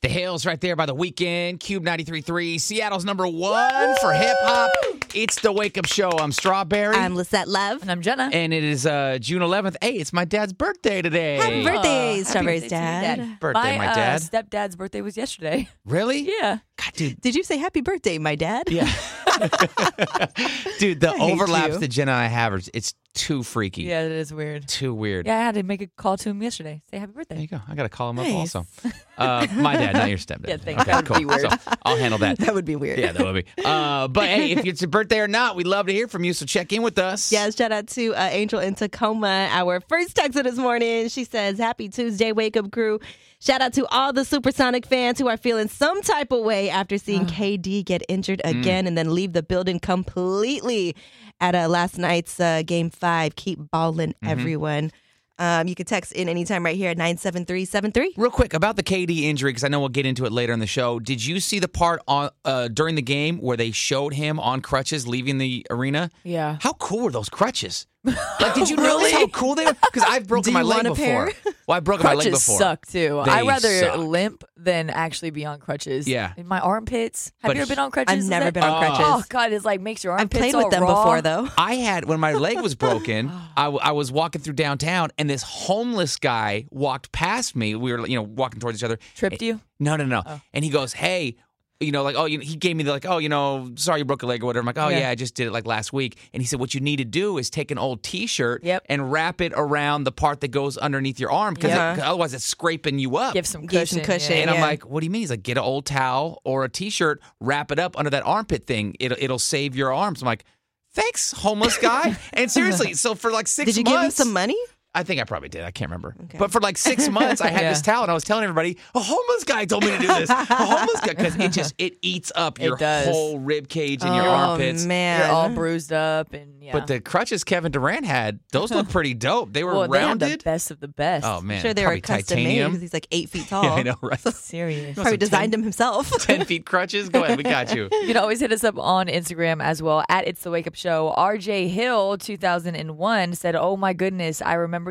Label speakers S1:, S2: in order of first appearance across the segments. S1: The Hills right there by the weekend. Cube 93.3. Seattle's number one for hip hop. It's the wake up show. I'm Strawberry.
S2: I'm Lisette Love.
S3: And I'm Jenna.
S1: and it is uh, June 11th. Hey, it's my dad's birthday today.
S2: Happy birthday,
S3: Happy
S2: Strawberry's
S3: birthday to
S2: dad.
S3: your dad.
S1: Birthday, my
S3: uh,
S1: dad.
S3: stepdad's birthday was yesterday.
S1: Really?
S3: Yeah.
S1: God, dude.
S2: Did you say happy birthday, my dad?
S1: Yeah. dude, the
S2: hate
S1: overlaps
S2: you.
S1: that Jenna and I have, is, it's too freaky.
S3: Yeah, that is weird.
S1: Too weird.
S3: Yeah, I had to make a call to him yesterday. Say happy
S1: There you
S3: birthday.
S1: go. I got to call him up
S2: Nice.
S1: also. Uh, my dad, not your stepdad.
S3: Yeah, thanks.
S1: Okay,
S3: That would
S1: cool.
S3: be weird.
S1: So I'll handle that.
S2: That would be weird.
S1: Yeah, that would be. Uh, but hey, if it's your birthday or not, we'd love to hear from you. So check in with us.
S2: Yes, shout out to uh, Angel in Tacoma, our first text of this morning. She says, Happy Tuesday, wake up crew. Shout out to all the supersonic fans who are feeling some type of way after seeing KD get injured again and then leave the building completely at uh, last night's uh, game five. Keep balling, everyone. Um, you can text in anytime right here at 97373.
S1: Real quick about the KD injury, because I know we'll get into it later in the show. Did you see the part on uh, during the game where they showed him on crutches leaving the arena?
S3: Yeah.
S1: How cool were those crutches? Like, did you notice how cool they were? Because I've broken
S2: Do
S1: my
S2: you
S1: leg
S2: want a
S1: before.
S2: pair?
S1: Well, I broke my leg
S3: Crutches
S1: before.
S3: suck too.
S1: They
S3: I'd rather
S1: suck.
S3: limp than actually be on crutches.
S1: Yeah.
S3: In my armpits. Have
S1: But-
S3: you ever been on crutches?
S2: I've
S3: Is
S2: never
S3: that-
S2: been on crutches.
S3: Oh God, it's like makes your
S2: I've
S3: armpits.
S2: played with
S3: all
S2: them
S3: raw.
S2: before, though.
S1: I had when my leg was broken. I, w- I was walking through downtown, and this homeless guy walked past me. We were, you know, walking towards each other.
S3: Tripped you?
S1: No, no, no.
S2: Oh.
S1: And he goes, "Hey." You know, like, oh, you know, he gave me the, like, oh, you know, sorry you broke a leg or whatever. I'm like, oh, yeah.
S3: Yeah.
S1: I just did it like last week. And he said, what you need to do is take an old t shirt
S3: Yep.
S1: and wrap it around the part that goes underneath your arm because
S2: Yeah.
S1: otherwise it's scraping you up.
S3: Give some cushion.
S2: Give some cushion.
S1: And I'm
S2: Yeah.
S1: like, what do you mean? He's like, get an old towel or a t-shirt, wrap it up under that armpit thing. It'll it'll save your arms. I'm like, thanks, homeless guy. and seriously, so for like six
S2: Did you
S1: months,
S2: give him some money?
S1: I think I probably did. I can't remember. But for like six months, I had
S3: Yeah.
S1: this towel, and I was telling everybody, a homeless guy told me to do this. A homeless guy because it just it eats up
S3: It
S1: your
S3: does.
S1: whole rib cage and your
S2: oh,
S1: armpits.
S2: man.
S3: You're all bruised up and yeah.
S1: But the crutches Kevin Durant had, those look pretty dope. They were
S3: well, they have
S1: rounded.
S3: the best of the best.
S1: oh man,
S2: I'm sure they were
S1: probably
S2: custom made
S1: titanium.
S2: because he's like eight feet tall.
S1: yeah, I know, right?
S3: Serious.
S2: Probably designed him himself.
S1: Ten feet crutches. Go ahead, we got you.
S3: You can always hit us up on Instagram as well at It's the Wake Up Show. RJ Hill, 2001, said, Oh my goodness, I remember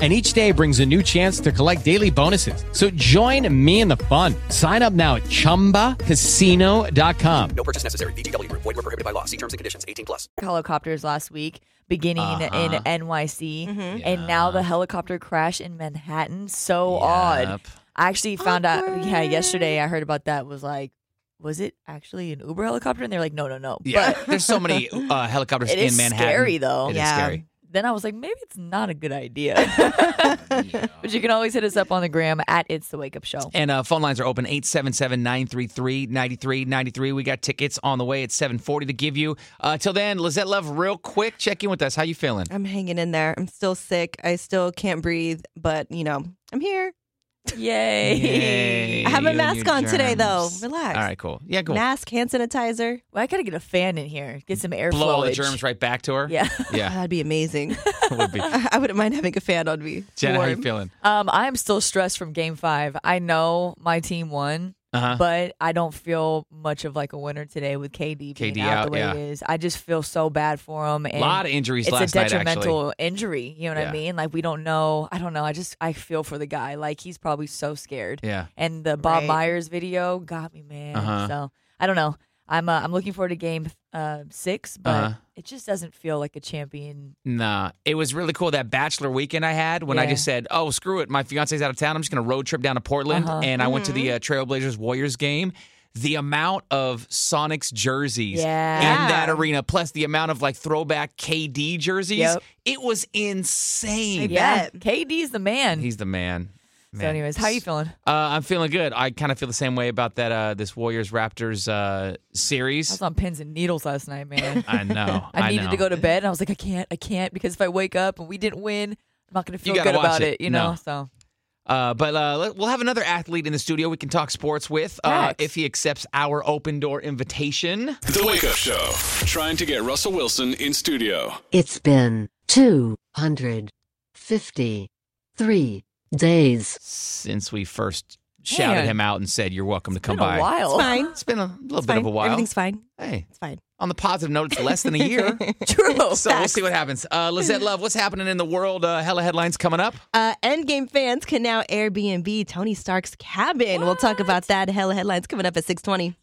S4: And each day brings a new chance to collect daily bonuses. So join me in the fun. Sign up now at chumbacasino.com.
S5: No purchase necessary. VGW Group. Void were prohibited by law. See terms and conditions. 18 plus.
S3: Helicopters last week, beginning
S1: Uh-huh.
S3: in NYC, and now the helicopter crash in Manhattan. So odd.
S1: Yep.
S3: I actually found out, yeah, yesterday I heard about that. Was like, was it actually an Uber helicopter? And they're like, no, no, no.
S1: Yeah,
S3: But
S1: there's so many uh, helicopters
S3: It
S1: in
S3: is
S1: Manhattan.
S3: scary, though.
S1: It is
S2: Yeah.
S1: scary.
S3: then I was like, maybe it's not a good idea. But you can always hit us up on the gram at It's the Wake Up Show.
S1: And uh, phone lines are open 877-933-9393. We got tickets on the way at 740 to give you. Uh, till then, Lizette Love, real quick, check in with us. How you feeling?
S2: I'm hanging in there. I'm still sick. I still can't breathe, but you know, I'm here.
S3: Yay.
S1: Yay,
S2: I have my
S1: you and
S2: mask
S1: your
S2: on today, though.
S1: germs.
S2: Relax.
S1: All right, cool. Yeah, cool.
S2: Mask, hand sanitizer.
S3: Well, I gotta get a fan in here. Get some airflow.
S1: Blow all the germs right back to her.
S3: Yeah.
S2: Oh,
S1: Yeah,
S2: that'd be amazing.
S1: it would be.
S2: I wouldn't mind having a fan on me.
S1: Jenna, how you
S2: Warm.
S1: feeling?
S3: Um, I'm still stressed from Game Five. I know my team won,
S1: Uh-huh.
S3: but I don't feel much of like a winner today with KD being
S1: KD
S3: out,
S1: out,
S3: the way
S1: yeah.
S3: it is. I just feel so bad for him. A
S1: Lot of injuries
S3: It's
S1: last
S3: a
S1: night, actually.
S3: detrimental injury. You know what
S1: Yeah.
S3: I mean? Like we don't know. I don't know. I just I feel for the guy. Like he's probably so scared.
S1: Yeah.
S3: And the Bob
S2: Right.
S3: Myers video got me, man.
S1: Uh-huh.
S3: So I don't know. I'm uh, I'm looking forward to Game uh, Six, but
S1: Uh-huh.
S3: it just doesn't feel like a champion
S1: Nah, it was really cool that bachelor weekend I had when I
S3: Yeah.
S1: just said, "Oh,
S3: Uh-huh. Mm-hmm.
S1: screw it, my fiance's out of town. I'm just gonna road trip down to Portland." And I went to the uh, Trailblazers Warriors game. the amount of Sonics jerseys
S3: Yeah.
S1: in that arena, plus the amount of like throwback KD jerseys,
S3: Yep.
S1: it was insane.
S3: Yeah.
S2: bet.
S3: KD's the man.
S1: He's the man.
S3: so, anyways, how you feeling?
S1: Uh, I'm feeling good. I kind of feel the same way about that uh, this Warriors Raptors uh,
S3: I was
S1: series.
S3: on pins and needles last night, man.
S1: I know.
S3: I needed
S1: know.
S3: to go to bed, and I was like, I can't, I can't, because if I wake up and we didn't win, I'm not going to feel
S1: gotta
S3: good
S1: watch
S3: about
S1: it.
S3: it, you know?
S1: No.
S3: So,
S1: Uh, but uh, let- we'll have another athlete in the studio we can talk sports with uh,
S3: Facts.
S1: if he accepts our open door invitation.
S6: The Wake Up Show. Trying to get Russell Wilson in studio.
S7: It's been 253 days.
S1: Since we first shouted
S3: Man.
S1: him out and said, You're welcome to come
S3: been a
S1: by.
S3: while.
S2: It's fine.
S1: It's been a little
S2: It's
S1: bit
S2: fine.
S1: of a while.
S2: Everything's fine.
S1: Hey,
S2: It's fine.
S1: on the positive note, it's less than a year.
S3: True.
S1: so we'll see what happens. Uh, Lizette Love, what's happening in the world? Uh, hella headlines coming up.
S2: Uh, Endgame fans can now Airbnb Tony Stark's cabin. We'll talk about that. Hella headlines coming up at 620.